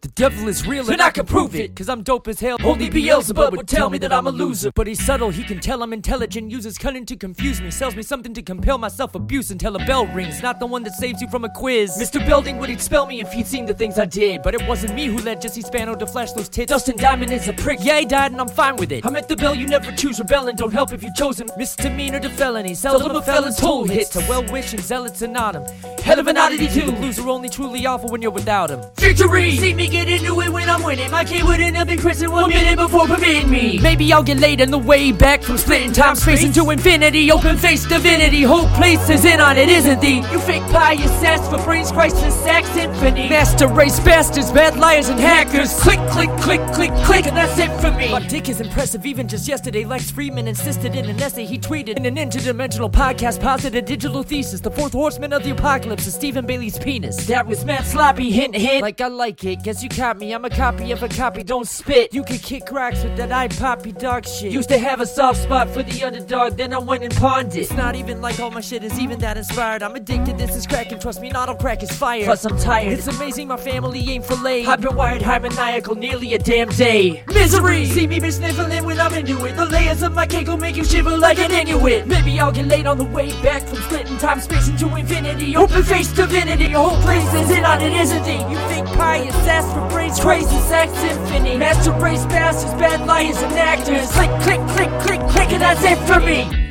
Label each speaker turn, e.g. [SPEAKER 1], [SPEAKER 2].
[SPEAKER 1] The devil is real and,
[SPEAKER 2] And
[SPEAKER 1] I
[SPEAKER 2] I
[SPEAKER 1] can
[SPEAKER 2] can
[SPEAKER 1] prove
[SPEAKER 2] prove
[SPEAKER 1] it. Cause I'm dope as hell. Only Beelzebub would tell me that I'm a loser. But he's subtle, he can tell I'm intelligent. Uses cunning to confuse me. Sells me something to compel myself abuse until a bell rings. Not the one that saves you from a quiz.
[SPEAKER 2] Mr. Belding would expel me if he'd seen the things I did. But
[SPEAKER 1] But it wasn't me who led Jesse Spano to flash those tits.
[SPEAKER 2] Dustin Diamond is a prick.
[SPEAKER 1] Yeah, he died and I'm fine with it.
[SPEAKER 2] I'm at the bell you never choose. Rebelling don't help if you chose him.
[SPEAKER 1] Misdemeanor to felony,
[SPEAKER 2] Seldom
[SPEAKER 1] seldom a
[SPEAKER 2] a felon
[SPEAKER 1] felon's tool
[SPEAKER 2] tool
[SPEAKER 1] hits.
[SPEAKER 2] hits.
[SPEAKER 1] To well wish and zealots anonym.
[SPEAKER 2] Hell of an oddity too.
[SPEAKER 1] The loser only truly awful when you're without him.
[SPEAKER 2] Victory! See me get into it when I'm winning. My kid wouldn't have been christened one minute before permitting me.
[SPEAKER 1] Maybe I'll get laid on the way back from splitting time, space into infinity. Open faced divinity, whole place is in on it, isn't thee?
[SPEAKER 2] You fake pious ass for brains, Christ and sack symphony.
[SPEAKER 1] Master race bastards, bad liars and hackers. Click, click, click, click, click.
[SPEAKER 2] click, and that's it for me.
[SPEAKER 1] My dick is impressive. Even just yesterday, Lex Friedman insisted in an essay he tweeted in an interdimensional podcast posited digital thesis. The fourth horseman of the apocalypse is Stephen Bailey's penis.
[SPEAKER 2] That was mad sloppy, hint, hint.
[SPEAKER 1] Like I like it, guess you caught me. I'm a copy of a copy, don't spit. You could kick rocks with that eye poppy dog shit.
[SPEAKER 2] Used to have a soft spot for the underdog, then I went and pawned it.
[SPEAKER 1] It's not even like all my shit is even that inspired. I'm addicted, this is cracking. Trust me, not all crack is fire.
[SPEAKER 2] Plus, I'm tired.
[SPEAKER 1] it's amazing my family ain't fillet.
[SPEAKER 2] I've been wired high maniacal nearly a damn day.
[SPEAKER 1] Misery!
[SPEAKER 2] See me been sniffling when I'm into it. The layers of my cake will make you shiver like an Inuit. Maybe I'll get laid on the way back from splitting time, space into infinity. Open face divinity, your whole place is in on it, isn't it? You think pious ass for brains, crazy sex symphony. Master race bastards, bad liars and actors. Click, click, click, click, click, and that's it for me.